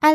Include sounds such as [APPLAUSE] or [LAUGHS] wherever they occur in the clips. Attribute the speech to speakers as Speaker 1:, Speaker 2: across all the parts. Speaker 1: 艾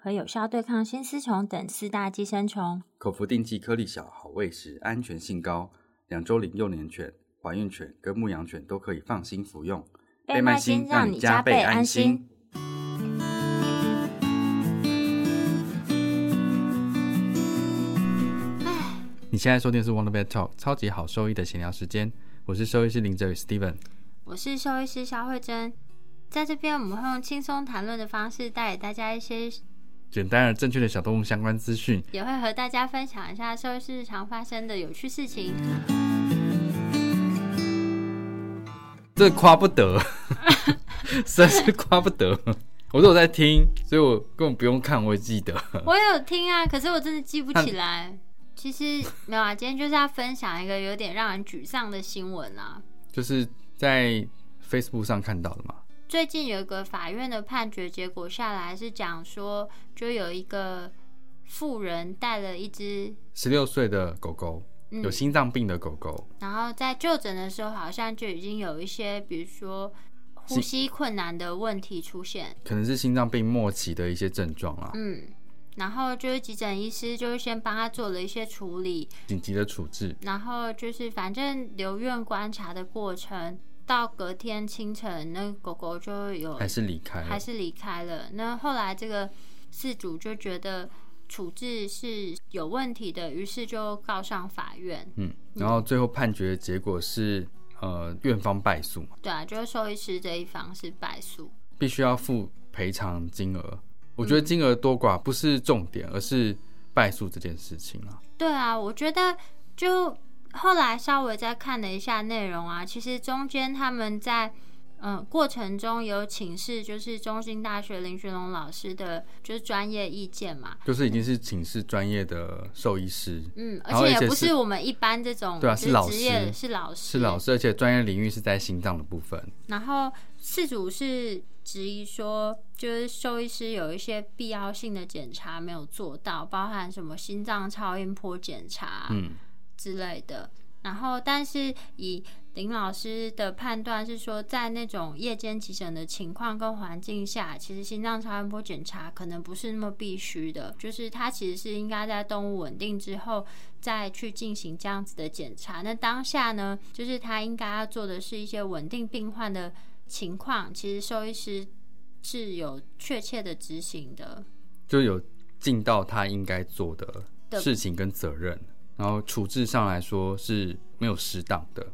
Speaker 1: 可有效对抗新丝虫等四大寄生虫。
Speaker 2: 口服定剂颗粒小，好喂食，安全性高，两周龄幼年犬、怀孕犬跟牧羊犬都可以放心服用。
Speaker 1: 贝麦新让你加倍安心。
Speaker 2: 你现在收听的是 Wonder Vet Talk 超级好兽医的闲聊时间，我是兽医师林哲宇 Steven。
Speaker 1: 我是兽医师肖慧珍，在这边我们会用轻松谈论的方式带给大家一些，
Speaker 2: 简单而正确的小动物相关资讯，
Speaker 1: 也会和大家分享一下兽医师日常发生的有趣事情。
Speaker 2: 这夸
Speaker 1: [LAUGHS]
Speaker 2: 不得，实在是夸不得。我都有在听，所以我根本不用看，我也记得。
Speaker 1: 我有听啊，可是我真的记不起来。其实没有啊，今天就是要分享一个有点让人沮丧的新闻啊。
Speaker 2: 就是在 Facebook 上看到的嘛。
Speaker 1: 最近有一个法院的判决结果下来是讲说，就有一个富人带了一只，
Speaker 2: 十六岁的狗狗，
Speaker 1: 嗯
Speaker 2: 有心脏病的狗狗，
Speaker 1: 然后在就诊的时候好像就已经有一些，比如说呼吸困难的问题出现。
Speaker 2: 可能是心脏病末期的一些症状啊啦，
Speaker 1: 嗯，然后就是急诊医师就是先帮他做了一些处理，
Speaker 2: 紧急的处置。
Speaker 1: 然后就是反正留院观察的过程，到隔天清晨，那狗狗就有
Speaker 2: 还是离开
Speaker 1: 还
Speaker 2: 了，
Speaker 1: 是离开了。那后来这个事主就觉得处置是有问题的，于是就告上法院。
Speaker 2: 嗯，然后最后判决的结果是，呃，院方败诉嘛，
Speaker 1: 对啊，就是兽医师这一方是败诉。
Speaker 2: 必须要付赔偿金额。我觉得金额多寡不是重点，而是败诉这件事情啊。
Speaker 1: 对啊，我觉得就后来稍微再看了一下内容啊，其实中间他们在嗯过程中有请示，就是中兴大学林学龙老师的就是专业意见嘛。
Speaker 2: 就是已经是请示专业的兽医师，
Speaker 1: 嗯，而
Speaker 2: 然后
Speaker 1: 且
Speaker 2: 而
Speaker 1: 也
Speaker 2: 且
Speaker 1: 不
Speaker 2: 是
Speaker 1: 是我们一般这种，
Speaker 2: 对啊
Speaker 1: 就是
Speaker 2: 老
Speaker 1: 职业
Speaker 2: 师
Speaker 1: 是老师，
Speaker 2: 是老。师，而且专业领域是在心脏的部分。
Speaker 1: 然后事主是质疑说，就是兽医师有一些必要性的检查没有做到，包含什么心脏超音波检查啊
Speaker 2: 嗯，
Speaker 1: 之类的。然后，但是以林老师的判断是说，在那种夜间急诊的情况跟环境下，其实心脏超音波检查可能不是那么必须的，就是它其实是应该在动物稳定之后再去进行这样子的检查。那当下呢，就是他应该要做的是一些稳定病患的情况，其实兽医师是有确切的执行的。
Speaker 2: 就有尽到他应该做的
Speaker 1: 的
Speaker 2: 事情跟责任，然后处置上来说是没有适当的。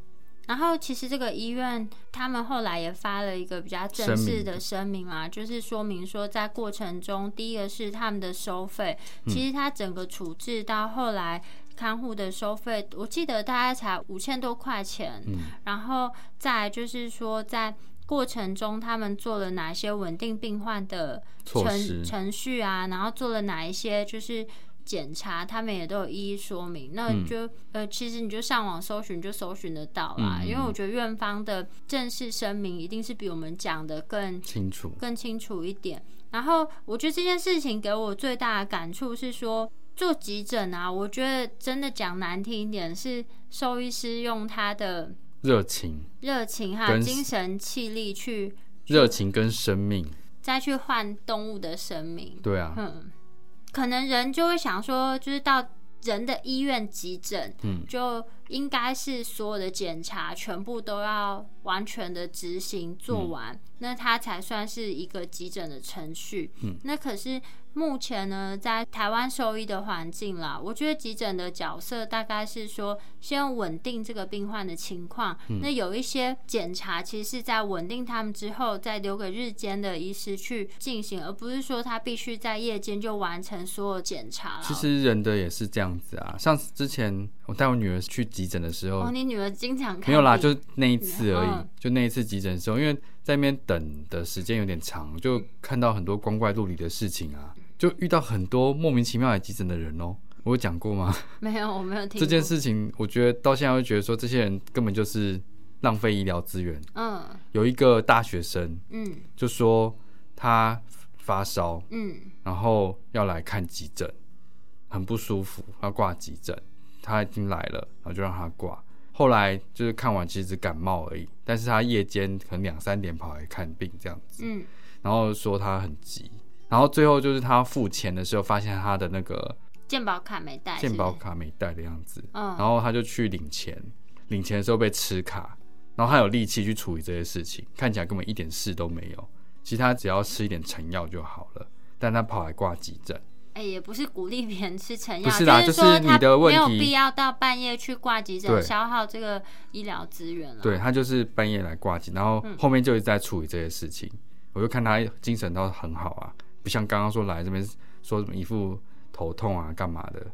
Speaker 1: 然后其实这个医院他们后来也发了一个比较正式的声明啊，就是说明说在过程中，第一个是他们的收费，其实它整个处置到后来看护的收费，我记得大概才五千多块钱，然后再来就是说在。过程中，他们做了哪些稳定病患的
Speaker 2: 措
Speaker 1: 程
Speaker 2: 施
Speaker 1: 程序啊？然后做了哪一些就是检查，他们也都有一一说明。那就、呃，其实你就上网搜寻，就搜寻得到啦。因为我觉得院方的正式声明一定是比我们讲的更
Speaker 2: 清楚，
Speaker 1: 更清楚一点。然后我觉得这件事情给我最大的感触是说，做急诊啊，我觉得真的讲难听一点，是兽医师用他的
Speaker 2: 热情，
Speaker 1: 热情还有
Speaker 2: 跟
Speaker 1: 精神气力去
Speaker 2: 热情跟生命，
Speaker 1: 再去换动物的生命。
Speaker 2: 对啊，
Speaker 1: 嗯，可能人就会想说，就是到人的医院急诊，
Speaker 2: 嗯
Speaker 1: 就应该是所有的检查全部都要完全的执行做完，那它才算是一个急诊的程序。嗯，那可是目前呢，在台湾兽医的环境啦，我觉得急诊的角色大概是说，先稳定这个病患的情况。
Speaker 2: 嗯
Speaker 1: 那有一些检查其实是在稳定他们之后，再留给日间的医师去进行，而不是说他必须在夜间就完成所有检查了。
Speaker 2: 其实人的也是这样子啊。像之前我带我女儿去急诊的时候，
Speaker 1: 哦，你女儿经常看
Speaker 2: 呃没有啦，
Speaker 1: 病
Speaker 2: 就那一次而已，
Speaker 1: 嗯
Speaker 2: 就那一次急诊的时候，因为在那边等的时间有点长，就看到很多光怪陆离的事情啊，就遇到很多莫名其妙来急诊的人哦、我有讲过吗？
Speaker 1: [LAUGHS] 没有，我没有听
Speaker 2: 这件
Speaker 1: 过，
Speaker 2: 事情，我觉得到现在会觉得说，这些人根本就是浪费医疗资源。
Speaker 1: 嗯
Speaker 2: 有一个大学生
Speaker 1: 嗯
Speaker 2: 就说他发烧，
Speaker 1: 嗯
Speaker 2: 然后要来看急诊，很不舒服，要挂急诊。他已经来了，然后就让他挂。后来就是看完，其实只感冒而已，但是他夜间可能两三点跑来看病这样子，
Speaker 1: 嗯，
Speaker 2: 然后说他很急，然后最后就是他付钱的时候，发现他的那个
Speaker 1: 健保卡没带，
Speaker 2: 健
Speaker 1: 是不
Speaker 2: 保
Speaker 1: 是，
Speaker 2: 卡没带的样子，
Speaker 1: 嗯，
Speaker 2: 然后他就去领钱，领钱的时候被吃卡，然后他有力气去处理这些事情，看起来根本一点事都没有。其实他只要吃一点成药就好了，但他跑来挂急诊，
Speaker 1: 哎、也不是鼓励别人吃成药，
Speaker 2: 不是啦
Speaker 1: 就
Speaker 2: 就是
Speaker 1: 说
Speaker 2: 你
Speaker 1: 他
Speaker 2: 的问
Speaker 1: 没有
Speaker 2: 题
Speaker 1: 必要到半夜去挂急诊，
Speaker 2: 对
Speaker 1: 消耗这个医疗资源了。，
Speaker 2: 对他就是半夜来挂急，然后后面就一直在处理这些事情。我就看他精神倒是很好啊，不像刚刚说来这边说什么一副头痛啊干嘛的，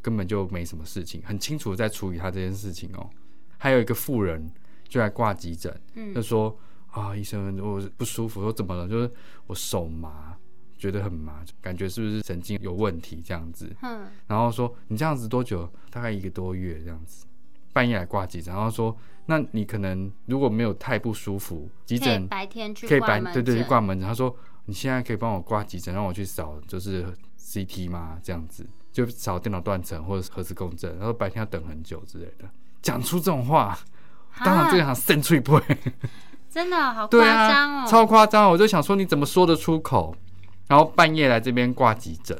Speaker 2: 根本就没什么事情，很清楚地在处理他这件事情哦。还有一个妇人就来挂急诊，就
Speaker 1: 嗯
Speaker 2: 说啊，医生，我不舒服，说怎么了？就是我手麻，觉得很麻，感觉是不是神经有问题这样子？
Speaker 1: 哼，
Speaker 2: 然后说你这样子多久？大概一个多月这样子，半夜来挂急诊，然后说那你可能如果没有太不舒服，急
Speaker 1: 可以
Speaker 2: 诊
Speaker 1: 白天去
Speaker 2: 可以
Speaker 1: 挂
Speaker 2: 白
Speaker 1: 门
Speaker 2: 对对去
Speaker 1: 诊
Speaker 2: 挂门诊。他说你现在可以帮我挂急诊，让我去扫就是 CT 吗？这样子就扫电脑断层或者是核磁共振，然后白天要等很久之类的。讲出这种话，当
Speaker 1: 啊
Speaker 2: 然这行 century boy。
Speaker 1: 真的好
Speaker 2: 对
Speaker 1: 夸张
Speaker 2: 啊，
Speaker 1: 哦，
Speaker 2: 超夸张！我就想说，你怎么说得出口？然后半夜来这边挂急诊，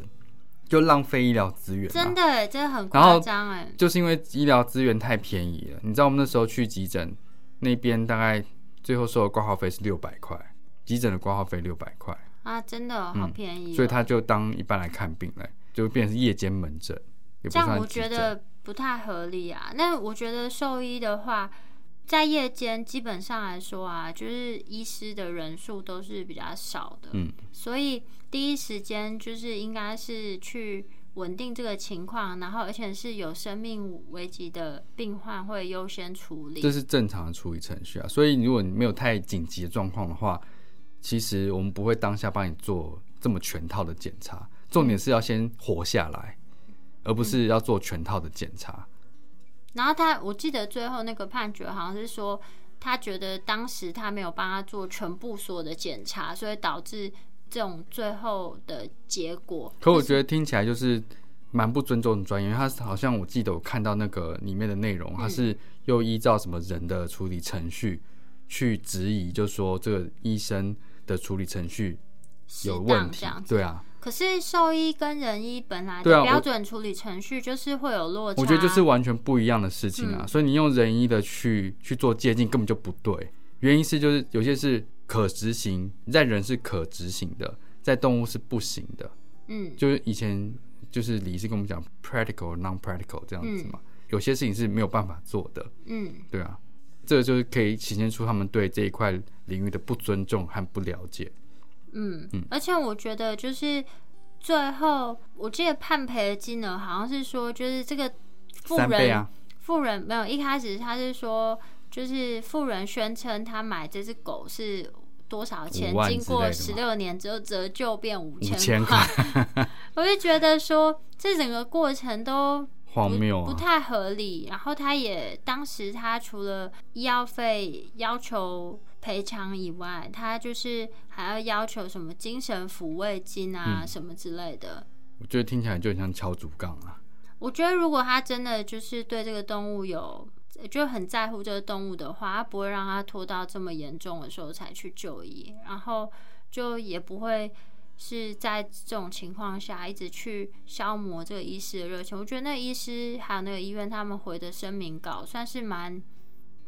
Speaker 2: 就浪费医疗资源、啊。
Speaker 1: 真的哎，真的很
Speaker 2: 然
Speaker 1: 夸
Speaker 2: 后
Speaker 1: 张哎，
Speaker 2: 就是因为医疗资源太便宜了。你知道我们那时候去急诊那边，大概最后收的挂号费是六百块，急诊的挂号费六百块，
Speaker 1: 啊，真的哦好
Speaker 2: 嗯
Speaker 1: 便宜哦、
Speaker 2: 所以他就当一般来看病嘞，就变成夜间门诊，也不
Speaker 1: 这样
Speaker 2: 算
Speaker 1: 我
Speaker 2: 急
Speaker 1: 觉
Speaker 2: 诊。
Speaker 1: 得不太合理啊。那我觉得兽医的话，在夜间基本上来说啊，就是医师的人数都是比较少的，
Speaker 2: 嗯，
Speaker 1: 所以第一时间就是应该是去稳定这个情况，然后而且是有生命危机的病患会优先处理。
Speaker 2: 这是正常的处理程序啊。所以如果你没有太紧急的状况的话，其实我们不会当下帮你做这么全套的检查。重
Speaker 1: 嗯
Speaker 2: 点是要先活下来，而不是要做全套的检查。
Speaker 1: 然后他，我记得最后那个判决好像是说，他觉得当时他没有帮他做全部所有的检查，所以导致这种最后的结果。
Speaker 2: 可我觉得听起来就是蛮不尊重专业，因为他好像我记得我看到那个里面的内容，
Speaker 1: 嗯
Speaker 2: 他是又依照什么人的处理程序去质疑，就说这个医生的处理程序
Speaker 1: 适
Speaker 2: 有问
Speaker 1: 当
Speaker 2: 题
Speaker 1: 这样。子
Speaker 2: 对啊，
Speaker 1: 可是兽医跟人医本来
Speaker 2: 对啊
Speaker 1: 的
Speaker 2: 我
Speaker 1: 标准处理程序就是会有落差，
Speaker 2: 我觉得就是完全不一样的事情啊，
Speaker 1: 嗯
Speaker 2: 所以你用仁医的去去做借鉴根本就不对。原因是就是有些是可执行，在人是可执行的，在动物是不行的。
Speaker 1: 嗯
Speaker 2: 就是以前就是李医师跟我们讲 practical non practical 这样子嘛，有些事情是没有办法做的，
Speaker 1: 嗯
Speaker 2: 对啊，这个就是可以显现出他们对这一块领域的不尊重和不了解。
Speaker 1: 嗯
Speaker 2: 嗯
Speaker 1: 而且我觉得就是最后，我记得判赔的金额好像是说，就是这个富
Speaker 2: 三倍
Speaker 1: 人、
Speaker 2: 啊，
Speaker 1: 富人没有一开始他是说，就是富人宣称他买这只狗是。多少钱
Speaker 2: 五？万之
Speaker 1: 经
Speaker 2: 类的
Speaker 1: 过
Speaker 2: 嘛
Speaker 1: 十六年之后折旧变五
Speaker 2: 五千
Speaker 1: 块， [LAUGHS] 我就觉得说这整个过程都
Speaker 2: [LAUGHS] 荒谬
Speaker 1: 不
Speaker 2: 啊！
Speaker 1: 太合理。然后他也当时他除了医药费要求赔偿以外，他就是还要要求什么精神抚慰金啊、
Speaker 2: 嗯
Speaker 1: 什么之类的。
Speaker 2: 我觉得听起来就很像敲竹杠啊。
Speaker 1: 我觉得如果他真的就是对这个动物有。就很在乎这个动物的话，他不会让它拖到这么严重的时候才去就医，然后就也不会是在这种情况下一直去消磨这个医师的热情。我觉得那个医师还有那个医院他们回的声明稿算是蛮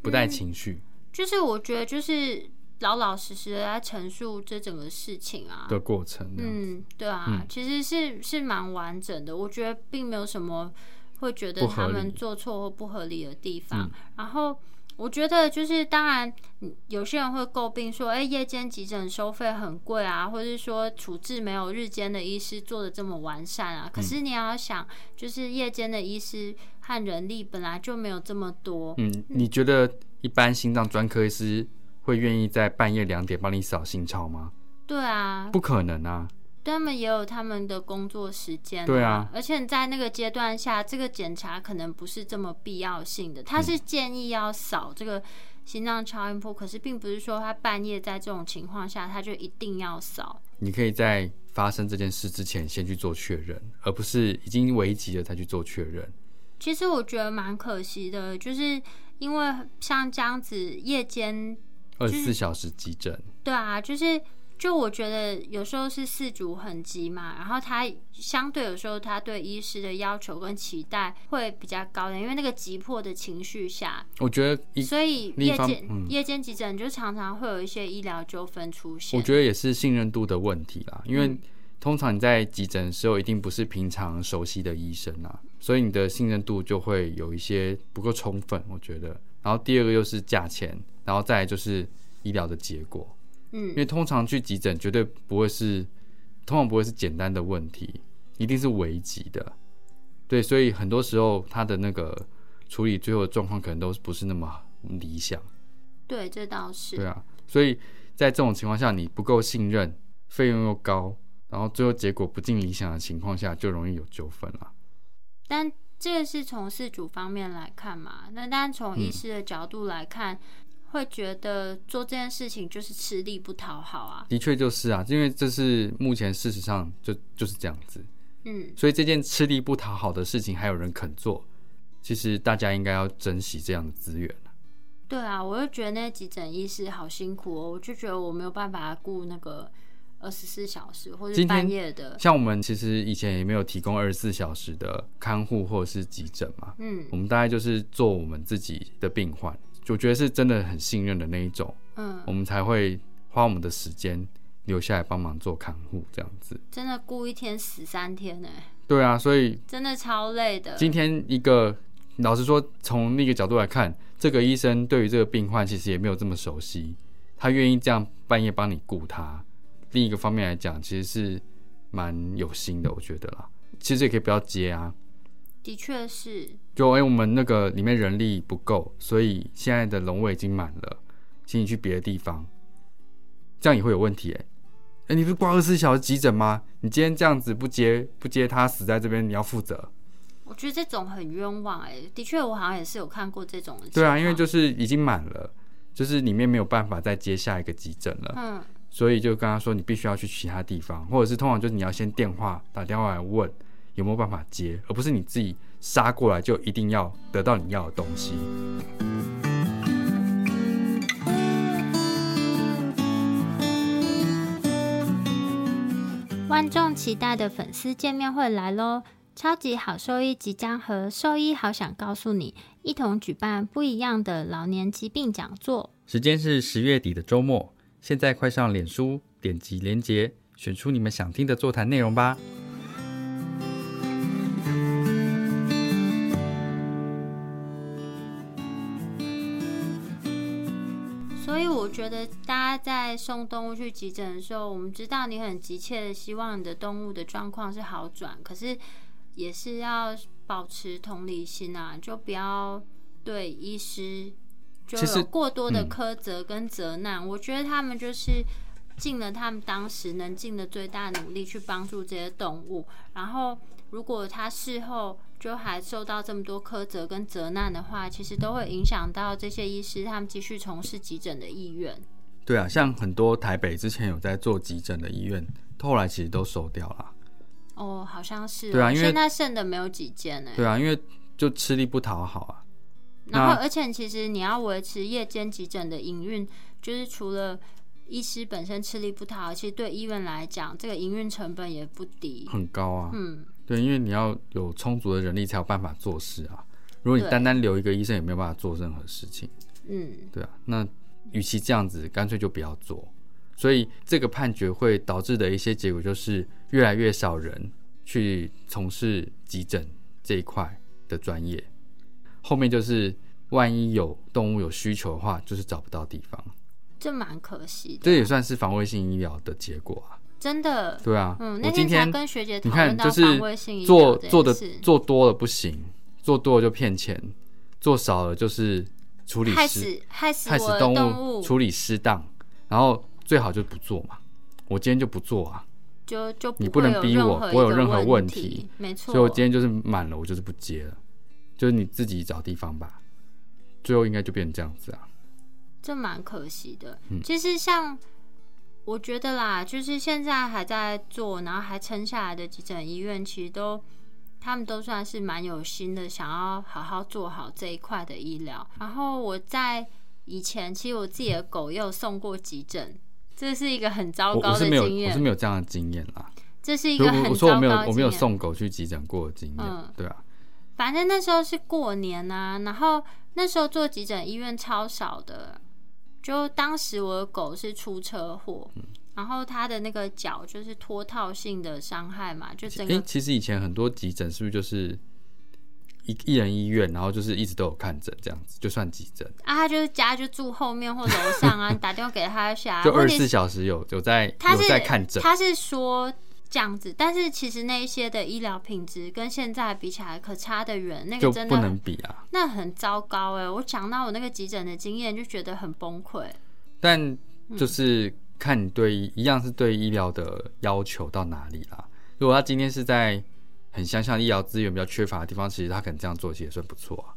Speaker 2: 不带情绪，
Speaker 1: 就是我觉得就是老老实实的在陈述这整个事情啊。
Speaker 2: 的过程这样子，
Speaker 1: 嗯，对啊，
Speaker 2: 嗯
Speaker 1: 其实是是蛮完整的，我觉得并没有什么会觉得
Speaker 2: 不合
Speaker 1: 他
Speaker 2: 理嗯
Speaker 1: 们做错或不合理的地方。然后我觉得就是，当然嗯有些人会诟病说，哎、夜间急诊收费很贵啊，或者是说处置没有日间的医师做的这么完善
Speaker 2: 嗯
Speaker 1: 啊。可是你也要想，就是夜间的医师和人力本来就没有这么多，
Speaker 2: 嗯，你觉得一般心脏专科医师会愿意在半夜两点帮你扫心超吗？
Speaker 1: 对啊，
Speaker 2: 不可能啊！
Speaker 1: 他们也有他们的工作时间、
Speaker 2: 对啊，
Speaker 1: 而且在那个阶段下，这个检查可能不是这么必要性的，
Speaker 2: 嗯
Speaker 1: 他是建议要扫这个心脏超音波，可是并不是说他半夜在这种情况下他就一定要扫。
Speaker 2: 你可以在发生这件事之前先去做确认，而不是已经危急了才去做确认。
Speaker 1: 其实我觉得蛮可惜的，就是因为像这样子夜间，
Speaker 2: 二十四小时急诊，
Speaker 1: 对啊，就是。就我觉得有时候是事主很急嘛，然后他相对有时候他对医师的要求跟期待会比较高的，因为那个急迫的情绪下，
Speaker 2: 我觉得一，
Speaker 1: 所以
Speaker 2: 另一
Speaker 1: 夜
Speaker 2: 方
Speaker 1: 间、
Speaker 2: 嗯
Speaker 1: 夜间急诊就常常会有一些医疗纠纷出现。
Speaker 2: 我觉得也是信任度的问题啦，因为通常你在急诊的时候，一定不是平常熟悉的医生啊，所以你的信任度就会有一些不够充分，我觉得。然后第二个又是价钱，然后再来就是医疗的结果。
Speaker 1: 嗯，
Speaker 2: 因为通常去急诊绝对不会是，通常不会是简单的问题，一定是危急的。对，所以很多时候他的那个处理最后的状况可能都不是那么理想。
Speaker 1: 对，这倒是。
Speaker 2: 对啊，所以在这种情况下，你不够信任，费用又高，然后最后结果不尽理想的情况下，就容易有纠纷了。
Speaker 1: 但这个是从事主方面来看嘛，那但从
Speaker 2: 嗯
Speaker 1: 医师的角度来看，会觉得做这件事情就是吃力不讨好啊。
Speaker 2: 的确就是啊，因为这是目前事实上就就是这样子，
Speaker 1: 嗯，
Speaker 2: 所以这件吃力不讨好的事情还有人肯做，其实大家应该要珍惜这样的资源。
Speaker 1: 对啊，我就觉得那急诊医师好辛苦哦，我就觉得我没有办法顾那个二十四小时或者
Speaker 2: 今天
Speaker 1: 半夜的。
Speaker 2: 像我们其实以前也没有提供二十四小时的看护或者是急诊嘛，
Speaker 1: 嗯
Speaker 2: 我们大概就是做我们自己的病患，我觉得是真的很信任的那一种，
Speaker 1: 嗯，
Speaker 2: 我们才会花我们的时间留下来帮忙做看护这样子。
Speaker 1: 真的顾一天死三天呢、
Speaker 2: 对啊，所以
Speaker 1: 真的超累的。
Speaker 2: 今天一个老实说，从那个角度来看，这个医生对于这个病患其实也没有这么熟悉，他愿意这样半夜帮你顾他。另一个方面来讲，其实是蛮有心的，我觉得啦。其实也可以不要接啊，
Speaker 1: 的确是，
Speaker 2: 就哎、诶我们那个里面人力不够，所以现在的龙位已经满了，请你去别的地方，这样也会有问题哎、诶哎、你不是挂二十四小时急诊吗？你今天这样子不接不接他死在这边，你要负责。
Speaker 1: 我觉得这种很冤枉哎、的确，我好像也是有看过这种的情况。
Speaker 2: 对啊，因为就是已经满了，就是里面没有办法再接下一个急诊了，
Speaker 1: 嗯，
Speaker 2: 所以就跟他说你必须要去其他地方，或者是通常就是你要先电话打电话来问有没有办法接，而不是你自己杀过来就一定要得到你要的东西。
Speaker 1: 万众期待的粉丝见面会来喽！超级好兽医即将和兽医好想告诉你一同举办不一样的老年疾病讲座。
Speaker 3: 时间是十月底的周末，现在快上脸书，点击连结，选出你们想听的座谈内容吧。
Speaker 1: 所以我觉得大家在送动物去急诊的时候，我们知道你很急切的希望你的动物的状况是好转，可是也是要保持同理心啊，就不要对医师就
Speaker 2: 其实
Speaker 1: 有过多的
Speaker 2: 嗯
Speaker 1: 苛责跟责难。我觉得他们就是。尽了他们当时能尽的最大努力去帮助这些动物，然后如果他事后就还受到这么多苛责跟责难的话，其实都会影响到这些医师他们继续从事急诊的意愿。
Speaker 2: 对啊，像很多台北之前有在做急诊的医院，后来其实都收掉了。啊
Speaker 1: 哦，好像是哦，
Speaker 2: 对啊因为
Speaker 1: 现在剩的没有几间呢。欸
Speaker 2: 对啊，因为就吃力不讨好啊。
Speaker 1: 然后，而且其实你要维持夜间急诊的营运，就是除了医师本身吃力不讨好，其实对医院来讲，这个营运成本也不低。
Speaker 2: 很高啊。
Speaker 1: 嗯，
Speaker 2: 对，因为你要有充足的人力才有办法做事啊。如果你
Speaker 1: 对
Speaker 2: 单单留一个医生，也没有办法做任何事情。
Speaker 1: 嗯，
Speaker 2: 对啊，那与其这样子，干脆就不要做。所以这个判决会导致的一些结果就是，越来越少人去从事急诊这一块的专业。后面就是，万一有动物有需求的话，就是找不到地方，
Speaker 1: 这蛮可惜的，
Speaker 2: 这也算是防卫性医疗的结果啊。
Speaker 1: 真的。
Speaker 2: 对啊，
Speaker 1: 嗯，
Speaker 2: 我
Speaker 1: 那
Speaker 2: 今
Speaker 1: 天才
Speaker 2: 天
Speaker 1: 跟学姐
Speaker 2: 你
Speaker 1: 讨论
Speaker 2: 看，
Speaker 1: 到
Speaker 2: 就是
Speaker 1: 防卫性医疗
Speaker 2: 做
Speaker 1: 这件
Speaker 2: 做的
Speaker 1: 事
Speaker 2: 做多了不行，做多了就骗钱，做少了就是处理
Speaker 1: 害
Speaker 2: 失
Speaker 1: 死害死
Speaker 2: 害死
Speaker 1: 我的
Speaker 2: 动
Speaker 1: 动
Speaker 2: 处理失当，然后最好就不做嘛。我今天就不做啊，
Speaker 1: 就就
Speaker 2: 你不
Speaker 1: 会
Speaker 2: 能
Speaker 1: 有
Speaker 2: 逼
Speaker 1: 任
Speaker 2: 我
Speaker 1: 何
Speaker 2: 不会
Speaker 1: 一
Speaker 2: 有
Speaker 1: 个
Speaker 2: 任何问
Speaker 1: 问
Speaker 2: 题，
Speaker 1: 没错。
Speaker 2: 所以我今天就是满了，我就是不接了，就是你自己找地方吧。最后应该就变成这样子啊，
Speaker 1: 这蛮可惜的。
Speaker 2: 嗯
Speaker 1: 其实像我觉得啦，就是现在还在做，然后还撑下来的急诊医院，其实都他们都算是蛮有心的，想要好好做好这一块的医疗。然后我在以前，其实我自己的狗也有送过急诊，这是一个很糟
Speaker 2: 我
Speaker 1: 糕
Speaker 2: 我是
Speaker 1: 的
Speaker 2: 没有
Speaker 1: 经
Speaker 2: 我是
Speaker 1: 验，
Speaker 2: 没有这样的经验啦。
Speaker 1: 这是一
Speaker 2: 所以
Speaker 1: 个
Speaker 2: 我
Speaker 1: 很
Speaker 2: 我说我
Speaker 1: 糟
Speaker 2: 没有
Speaker 1: 糕的
Speaker 2: 我没有
Speaker 1: 经验。
Speaker 2: 送狗去急诊过的经验，
Speaker 1: 嗯
Speaker 2: 对啊，
Speaker 1: 反正那时候是过年呐、然后那时候做急诊医院超少的，就当时我的狗是出车祸，
Speaker 2: 嗯
Speaker 1: 然后它的那个脚就是脱套性的伤害嘛，就整
Speaker 2: 哎、
Speaker 1: 个
Speaker 2: 其实以前很多急诊是不是就是一一人医院，然后就是一直都有看诊这样子，就算急诊，
Speaker 1: 啊，它就是家就住后面或楼上
Speaker 2: [LAUGHS]
Speaker 1: 啊，你打电话给它下来，
Speaker 2: 就二
Speaker 1: 啊问
Speaker 2: 十
Speaker 1: 题
Speaker 2: 四
Speaker 1: 是
Speaker 2: 小时有有在
Speaker 1: 它
Speaker 2: 有
Speaker 1: 是
Speaker 2: 在看诊，
Speaker 1: 它是说。这样子，但是其实那一些的医疗品质跟现在比起来可差得远，那
Speaker 2: 就
Speaker 1: 个真
Speaker 2: 不
Speaker 1: 的
Speaker 2: 能
Speaker 1: 很
Speaker 2: 比啊。
Speaker 1: 那很糟糕哎、我讲到我那个急诊的经验，就觉得很崩溃。
Speaker 2: 但
Speaker 1: 嗯
Speaker 2: 就是看你对医一样是对医疗的要求到哪里啦。如果他今天是在很乡下的医疗资源比较缺乏的地方，其实他可能这样做其实也算不错啊。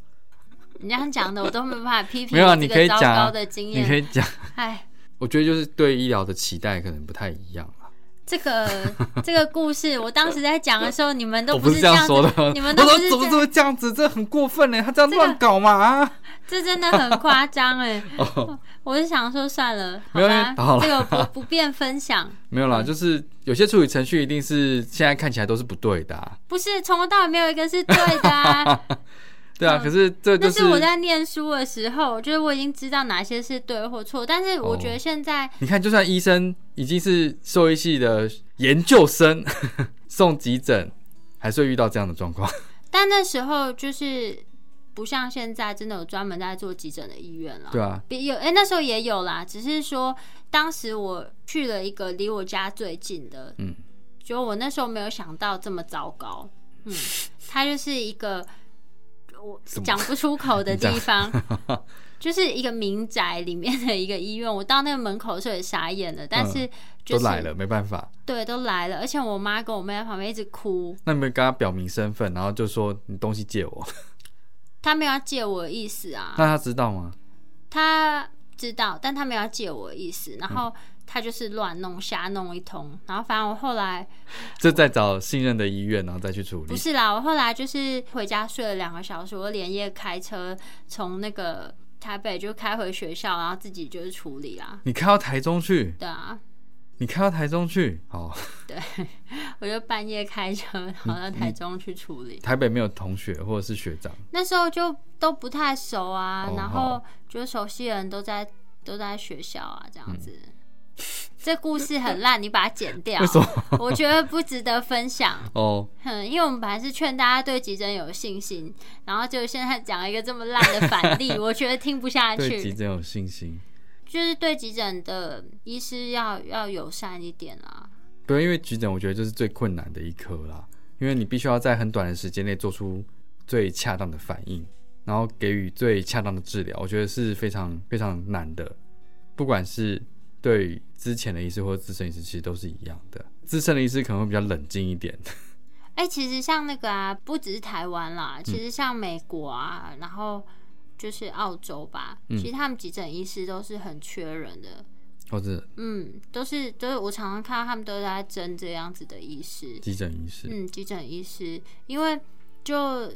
Speaker 1: 你这样讲的，我都没办法批评
Speaker 2: 没有啊，
Speaker 1: 这
Speaker 2: 你
Speaker 1: 个
Speaker 2: 可以
Speaker 1: 糟
Speaker 2: 讲啊
Speaker 1: 糕的，经
Speaker 2: 你可
Speaker 1: 验。
Speaker 2: 以讲。
Speaker 1: 哎，
Speaker 2: 我觉得就是对医疗的期待可能不太一样啊啦。
Speaker 1: 这个 [LAUGHS] 这个故事，我当时在讲的时候，你们都
Speaker 2: 我不
Speaker 1: 是
Speaker 2: 是
Speaker 1: 这
Speaker 2: 这样
Speaker 1: 子
Speaker 2: 说的，
Speaker 1: 你们
Speaker 2: 我
Speaker 1: 都不
Speaker 2: 说
Speaker 1: 是
Speaker 2: 怎么
Speaker 1: 这
Speaker 2: 怎么这样子，这很过分欸呢？他这样
Speaker 1: 这个
Speaker 2: 乱搞嘛？
Speaker 1: 这真的很夸张哎。
Speaker 2: 哦，
Speaker 1: 我是想说算了，
Speaker 2: 没有
Speaker 1: 吧，
Speaker 2: 好了
Speaker 1: 这个不不便分享。
Speaker 2: 没有啦，
Speaker 1: 嗯
Speaker 2: 就是有些处理程序一定是现在看起来都是不对的、啊，
Speaker 1: 不是从头到尾没有一个是对的啊，
Speaker 2: 对啊。
Speaker 1: 嗯
Speaker 2: 可是这
Speaker 1: 那
Speaker 2: [LAUGHS] 就是
Speaker 1: 我在念书的时候，就是我已经知道哪些是对或错，但是
Speaker 2: 哦
Speaker 1: 我觉得现在
Speaker 2: 你看，就算医生已经是兽医系的研究生， [LAUGHS] 送急诊还是会遇到这样的状
Speaker 1: [LAUGHS]
Speaker 2: 况。
Speaker 1: 但那时候就是不像现在真的有专门在做急诊的医院了。
Speaker 2: 对啊，
Speaker 1: 比有哎、那时候也有啦，只是说当时我去了一个离我家最近的，
Speaker 2: 嗯，
Speaker 1: 就我那时候没有想到这么糟糕，嗯，它就是一个
Speaker 2: [LAUGHS]
Speaker 1: 我讲不出口的地方，就是一个民宅里面的一个医院。我到那个门口的时候也傻眼了，但是就
Speaker 2: [LAUGHS] 嗯都
Speaker 1: 是、
Speaker 2: 来了，没办法。
Speaker 1: 对，都来了，而且我妈跟我妹在旁边一直哭，
Speaker 2: 那你们跟他表明身份，然后就说你东西借
Speaker 1: [LAUGHS]
Speaker 2: 我，
Speaker 1: 她没有要借我的意思啊，
Speaker 2: 那他知道吗？
Speaker 1: 他知道，但他没有要借我的意思，然
Speaker 2: 嗯
Speaker 1: 后他就是乱弄、瞎弄一通，然后反正我后来
Speaker 2: 这再找信任的医院，然后再去处
Speaker 1: 不
Speaker 2: 理。
Speaker 1: 是啦，我后来就是回家睡了两个小时，我连夜开车从那个台北就开回学校，然后自己就是处理啦。
Speaker 2: 你开到台中去，
Speaker 1: 对啊，
Speaker 2: 你开到台中去，哦，
Speaker 1: 我就半夜开车跑到台中去处理，
Speaker 2: 台北没有同学或者是学长，
Speaker 1: 那时候就都不太熟啊，
Speaker 2: 嗯哦
Speaker 1: 然
Speaker 2: 好
Speaker 1: 后就熟悉的人都在都在学校啊，这样子。这故事很烂，你把它剪掉。
Speaker 2: 嗯 [LAUGHS] 为什么？
Speaker 1: 我觉得不值得分享。
Speaker 2: 哦，
Speaker 1: 哼，嗯因为我们本来是劝大家对急诊有信心，然后就现在讲了一个这么烂的反
Speaker 2: [LAUGHS]
Speaker 1: 例，我觉得听不下
Speaker 2: 对急
Speaker 1: 去。
Speaker 2: 诊有信心。
Speaker 1: 就是对急诊的医师要要友善一点啊啦。
Speaker 2: 对，因为急诊我觉得这是最困难的一科啦，因为你必须要在很短的时间内做出最恰当的反应，然后给予最恰当的治疗，我觉得是非常非常难的。不管是对于之前的医师或者资深医师，其实都是一样的。资深的医师可能会比较冷静一点，
Speaker 1: 哎、其实像那个啊，不只是台湾啦，
Speaker 2: 嗯
Speaker 1: 其实像美国啊，然后就是澳洲吧，
Speaker 2: 嗯
Speaker 1: 其实他们急诊医师都是很缺人的。
Speaker 2: 或者
Speaker 1: 嗯，都是都是我常常看到他们都在争这样子的医师。
Speaker 2: 急诊医师。
Speaker 1: 嗯，急诊医师，因为就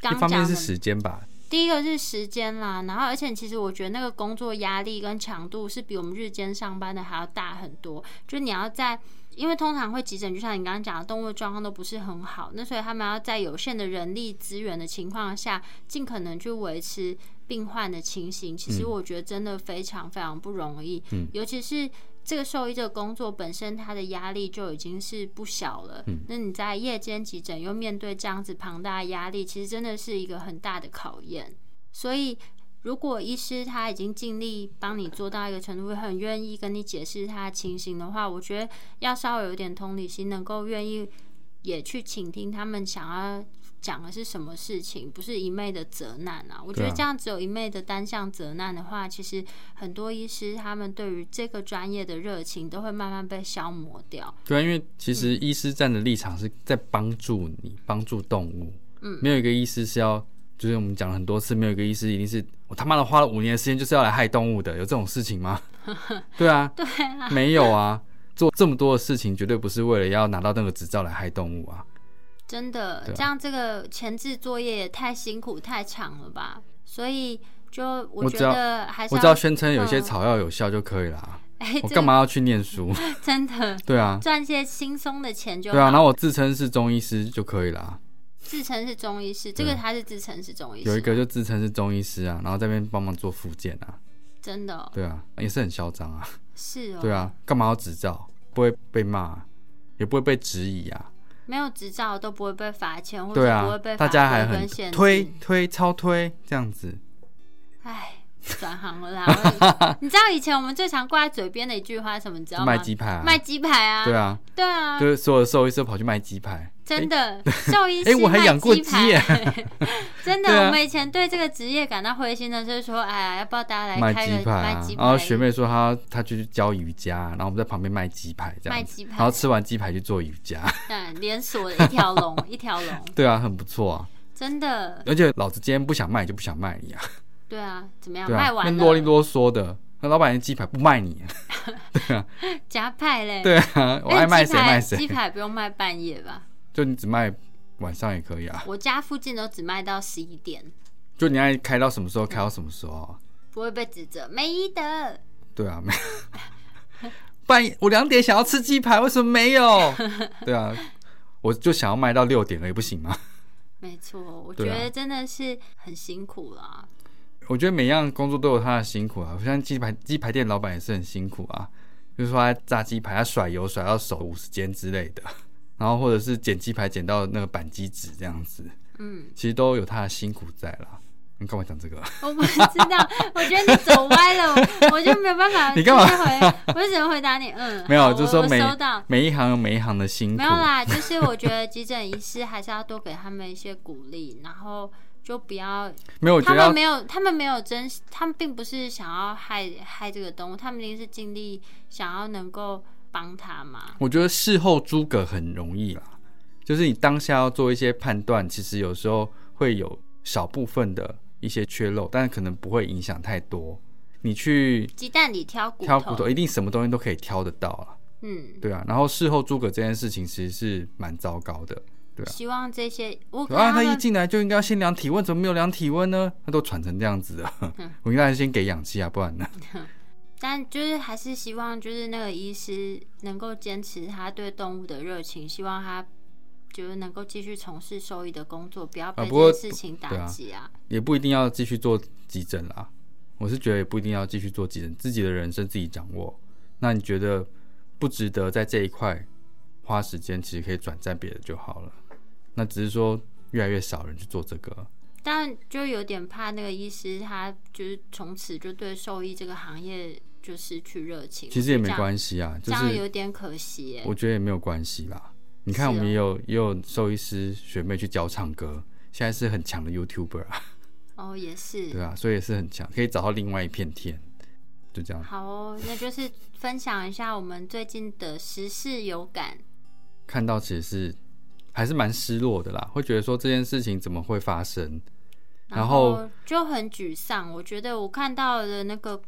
Speaker 1: 刚
Speaker 2: 一方面
Speaker 1: 讲
Speaker 2: 是
Speaker 1: 的
Speaker 2: 时间吧，
Speaker 1: 第一个是时间啦，然后而且其实我觉得那个工作压力跟强度是比我们日间上班的还要大很多。就你要在，因为通常会急诊，就像你刚刚讲的，动物状况都不是很好，那所以他们要在有限的人力资源的情况下，尽可能去维持病患的情形。其实我觉得真的非常非常不容易，尤其是。这个兽医这个工作本身，它的压力就已经是不小了。那你在夜间急诊又面对这样子庞大的压力，其实真的是一个很大的考验。所以，如果医师他已经尽力帮你做到一个程度，很愿意跟你解释他的情形的话，我觉得要稍微有点同理心，能够愿意也去倾听他们想要讲的是什么事情，不是一昧的责难啊。我觉
Speaker 2: 对
Speaker 1: 得
Speaker 2: 啊
Speaker 1: 这样只有一昧的单向责难的话，其实很多医师他们对于这个专业的热情都会慢慢被消磨掉。
Speaker 2: 对啊，因为其实医师站的立场是在帮助你，帮助动物。嗯，没有一个医师是要，就是我们讲了很多次，没有一个医师一定是我他妈的花了五年的时间就是要来害动物的，有这种事
Speaker 1: [LAUGHS]
Speaker 2: 情吗？对啊，对啊，没有啊，做这么多的事情绝对不是为了要拿到那个执照来害动物啊。
Speaker 1: 真的，
Speaker 2: 啊
Speaker 1: 这样这个前置作业也太辛苦太长了吧？所以就
Speaker 2: 我
Speaker 1: 我觉
Speaker 2: 只要
Speaker 1: 得还是
Speaker 2: 我
Speaker 1: 要
Speaker 2: 只要宣称有些
Speaker 1: 嗯
Speaker 2: 草药有效就可以了、啊，
Speaker 1: 哎，
Speaker 2: 我
Speaker 1: 这
Speaker 2: 干嘛要去念书？ [LAUGHS]
Speaker 1: 真的
Speaker 2: 对啊，
Speaker 1: 赚些轻松的钱就
Speaker 2: 对啊，
Speaker 1: 好。
Speaker 2: 然后我自称是中医师就可以了、啊。
Speaker 1: 自称是中医师，这个他是自称是中医师，
Speaker 2: 有一个就自称是中医师啊，然后在那边帮忙做复健啊，
Speaker 1: 真的哦、
Speaker 2: 对啊，也是很嚣张啊。
Speaker 1: 是哦，
Speaker 2: 对啊，干嘛要执照？不会被骂啊，也不会被质疑啊。
Speaker 1: 没有执照都不会被罚钱，或
Speaker 2: 对
Speaker 1: 者不
Speaker 2: 啊
Speaker 1: 会被，法
Speaker 2: 大家
Speaker 1: 规
Speaker 2: 还
Speaker 1: 跟
Speaker 2: 很
Speaker 1: 限制
Speaker 2: 推，推超推这样子。
Speaker 1: 哎，转行
Speaker 2: [LAUGHS]
Speaker 1: 了啦。你知道以前我们最常挂在嘴边的一句话是什么？你知道
Speaker 2: 就
Speaker 1: 吗？
Speaker 2: 卖鸡排啊，
Speaker 1: 卖鸡排啊，
Speaker 2: 对啊，
Speaker 1: 对啊，
Speaker 2: 就是所有的兽医师跑去卖鸡排，
Speaker 1: 真的，兽医
Speaker 2: [LAUGHS] 哎
Speaker 1: 师
Speaker 2: 我还
Speaker 1: 卖
Speaker 2: 养过
Speaker 1: 鸡排
Speaker 2: 鸡耶
Speaker 1: 真
Speaker 2: [LAUGHS] 对啊
Speaker 1: 的，我们以前对这个职业感到灰心的，就是说，哎呀，要不要大家 [LAUGHS] 来
Speaker 2: [LAUGHS] 卖
Speaker 1: 开
Speaker 2: 鸡
Speaker 1: 个
Speaker 2: 排
Speaker 1: 卖
Speaker 2: 啊
Speaker 1: 鸡。排？
Speaker 2: 然后学妹说她她去教瑜伽，然后我们在旁边卖鸡排这
Speaker 1: 卖
Speaker 2: 样
Speaker 1: 鸡
Speaker 2: 子，
Speaker 1: 排
Speaker 2: 然后吃完鸡排去做瑜伽， [LAUGHS]
Speaker 1: [LAUGHS] 嗯，连锁的一条龙，一条龙，
Speaker 2: 对啊，很不错啊。
Speaker 1: 真的，
Speaker 2: 而且老子今天不想卖就不想卖你啊，
Speaker 1: 对啊，怎么样？
Speaker 2: 对啊
Speaker 1: 卖，完
Speaker 2: 那啰里
Speaker 1: 了，
Speaker 2: 啰嗦的，那老板的鸡排不
Speaker 1: [LAUGHS]
Speaker 2: 卖你啊，
Speaker 1: 夹派嘞。
Speaker 2: 对啊，我
Speaker 1: 哎
Speaker 2: 爱卖
Speaker 1: 鸡
Speaker 2: 谁
Speaker 1: 排
Speaker 2: 卖
Speaker 1: 鸡
Speaker 2: 谁，
Speaker 1: 排不用卖半夜吧？
Speaker 2: 就你只卖晚上也可以啊。
Speaker 1: 我家附近都只卖到十一点，
Speaker 2: 就你爱开到什么时候，开到什么时候啊。
Speaker 1: 不会被指责。没医德，
Speaker 2: 对啊，没。 [LAUGHS] 半夜我两点想要吃鸡排，为什么
Speaker 1: [LAUGHS]
Speaker 2: 没有？对啊，我就想要卖到六点了，也不行吗？
Speaker 1: 没错，我觉
Speaker 2: 对啊
Speaker 1: 得真的是很辛苦啦。
Speaker 2: 我觉得每样工作都有他的辛苦啊。我像鸡排鸡排店老板也是很辛苦啊，就是说他炸鸡排，他甩油甩到手五十间之类的，然后或者是剪鸡排剪到那个扳机指这样子，
Speaker 1: 嗯，
Speaker 2: 其实都有他的辛苦在啦。你干嘛讲这个？
Speaker 1: 我不知道，我觉得你走歪了，我我就没有办法。
Speaker 2: 你干嘛
Speaker 1: 回？我就只能回答你，嗯，
Speaker 2: 没有，
Speaker 1: 好
Speaker 2: 就
Speaker 1: 我
Speaker 2: 是说
Speaker 1: 我
Speaker 2: 每
Speaker 1: 收到。
Speaker 2: 每一行有每一行的辛苦
Speaker 1: 没有，啦，就是我觉得急诊医师还是要多给他们一些鼓励，然后就不要
Speaker 2: 没有，我觉
Speaker 1: 他
Speaker 2: 得要
Speaker 1: 们没有，他们没有真，他们并不是想要害害这个动物，他们一定是尽力想要能够帮他嘛。
Speaker 2: 我觉得事后诸葛很容易啦，就是你当下要做一些判断，其实有时候会有少部分的一些缺漏，但是可能不会影响太多。你去
Speaker 1: 鸡蛋里挑骨头，
Speaker 2: 挑骨头，一定什么东西都可以挑得到啦，
Speaker 1: 嗯，
Speaker 2: 对啊。然后事后诸葛这件事情其实是蛮糟糕的，对啊。
Speaker 1: 希望这些我看
Speaker 2: 啊，
Speaker 1: 他
Speaker 2: 他一
Speaker 1: 们
Speaker 2: 进来就应该要先量体温，怎么没有量体温呢？他都喘成这样子了，
Speaker 1: 嗯
Speaker 2: [LAUGHS] 我应该先给氧气啊，不然呢？
Speaker 1: 但就是还是希望就是那个医师能够坚持他对动物的热情，希望他就是能够继续从事兽医的工作，不要被
Speaker 2: 啊不过
Speaker 1: 这件事情
Speaker 2: 对
Speaker 1: 打
Speaker 2: 啊
Speaker 1: 击啊。
Speaker 2: 也不一定要继续做急诊啦。我是觉得也不一定要继续做急诊，自己的人生自己掌握。那你觉得不值得在这一块花时间，其实可以转战别的就好了。那只是说越来越少人去做这个，
Speaker 1: 但就有点怕那个医师，他就是从此就对兽医这个行业就失去热情。
Speaker 2: 其实也没
Speaker 1: 系，
Speaker 2: 关系啊，
Speaker 1: 这
Speaker 2: 就
Speaker 1: 样
Speaker 2: 是
Speaker 1: 有点可惜耶。
Speaker 2: 我觉得也没有关系啦。你看，
Speaker 1: 是
Speaker 2: 我们
Speaker 1: 哦
Speaker 2: 也有、也有兽医师学妹去教唱歌，现在是很强的 YouTuber 啊，
Speaker 1: 哦，也是。
Speaker 2: 对啊，所以也是很强，可以找到另外一片天，就这样。
Speaker 1: 好哦，那就是分享一下我们最近的时事有感。
Speaker 2: 看到其实是还是蛮失落的啦，会觉得说这件事情怎么会发生？然后
Speaker 1: 后就很沮丧。我觉得我看到的那个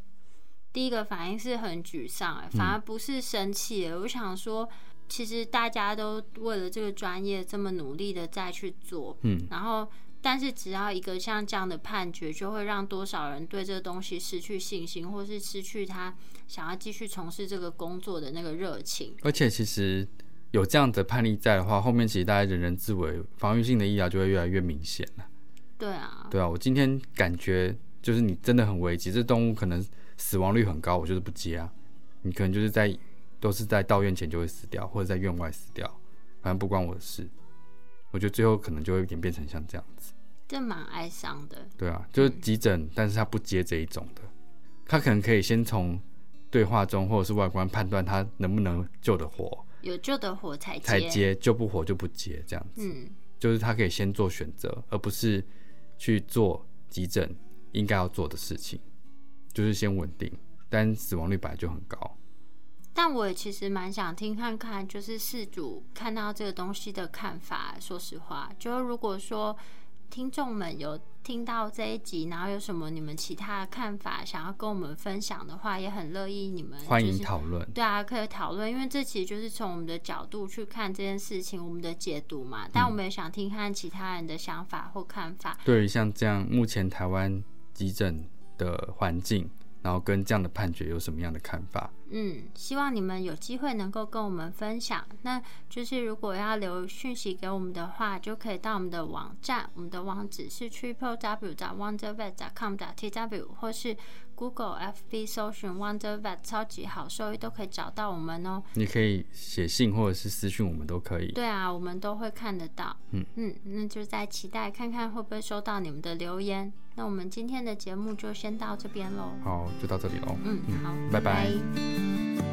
Speaker 1: 第一个反应是很沮丧、哎，
Speaker 2: 嗯
Speaker 1: 反而不是生气、哎我想说，其实大家都为了这个专业这么努力的再去做，
Speaker 2: 嗯，
Speaker 1: 然后。但是只要一个像这样的判决，就会让多少人对这个东西失去信心，或是失去他想要继续从事这个工作的那个热情。
Speaker 2: 而且其实有这样的判例在的话，后面其实大家人人自危，防御性的医疗就会越来越明显了。
Speaker 1: 对啊，
Speaker 2: 对啊，我今天感觉就是你真的很危急，这动物可能死亡率很高，我就是不接啊。你可能就是在都是在到院前就会死掉，或者在院外死掉，反正不关我的事。我觉得最后可能就会演变成像这样子。
Speaker 1: 这蛮哀伤的。
Speaker 2: 对啊，就是急诊，但是他不接这一种的，他可能可以先从对话中或者是外观判断他能不能救得活，
Speaker 1: 有救得活才接，
Speaker 2: 才接，救不活就不接这样子。
Speaker 1: 嗯，
Speaker 2: 就是他可以先做选择，而不是去做急诊应该要做的事情，就是先稳定。但死亡率本来就很高，
Speaker 1: 但我也其实蛮想听看看，就是事主看到这个东西的看法。说实话，就是如果说听众们有听到这一集，然后有什么你们其他的看法想要跟我们分享的话，也很乐意你们、就是、
Speaker 2: 欢迎讨论。
Speaker 1: 对啊，可以讨论，因为这其实就是从我们的角度去看这件事情，我们的解读嘛。但我们也想听看其他人的想法或看法。
Speaker 2: 对于像这样目前台湾急诊的环境。然后跟这样的判决有什么样的看法？
Speaker 1: 嗯，希望你们有机会能够跟我们分享。那就是如果要留讯息给我们的话，就可以到我们的网站，我们的网址是 triple w. wondervet. com. t w 或是 Google F B 搜寻 Wondervet 超级好兽医都可以找到我们哦。
Speaker 2: 你可以写信或者是私讯我们都可以。
Speaker 1: 对啊，我们都会看得到。嗯嗯，那就在期待看看会不会收到你们的留言。那我们今天的节目就先到这边喽。
Speaker 2: 好，就到这里喽。
Speaker 1: 嗯，好，
Speaker 2: 拜拜。
Speaker 1: 拜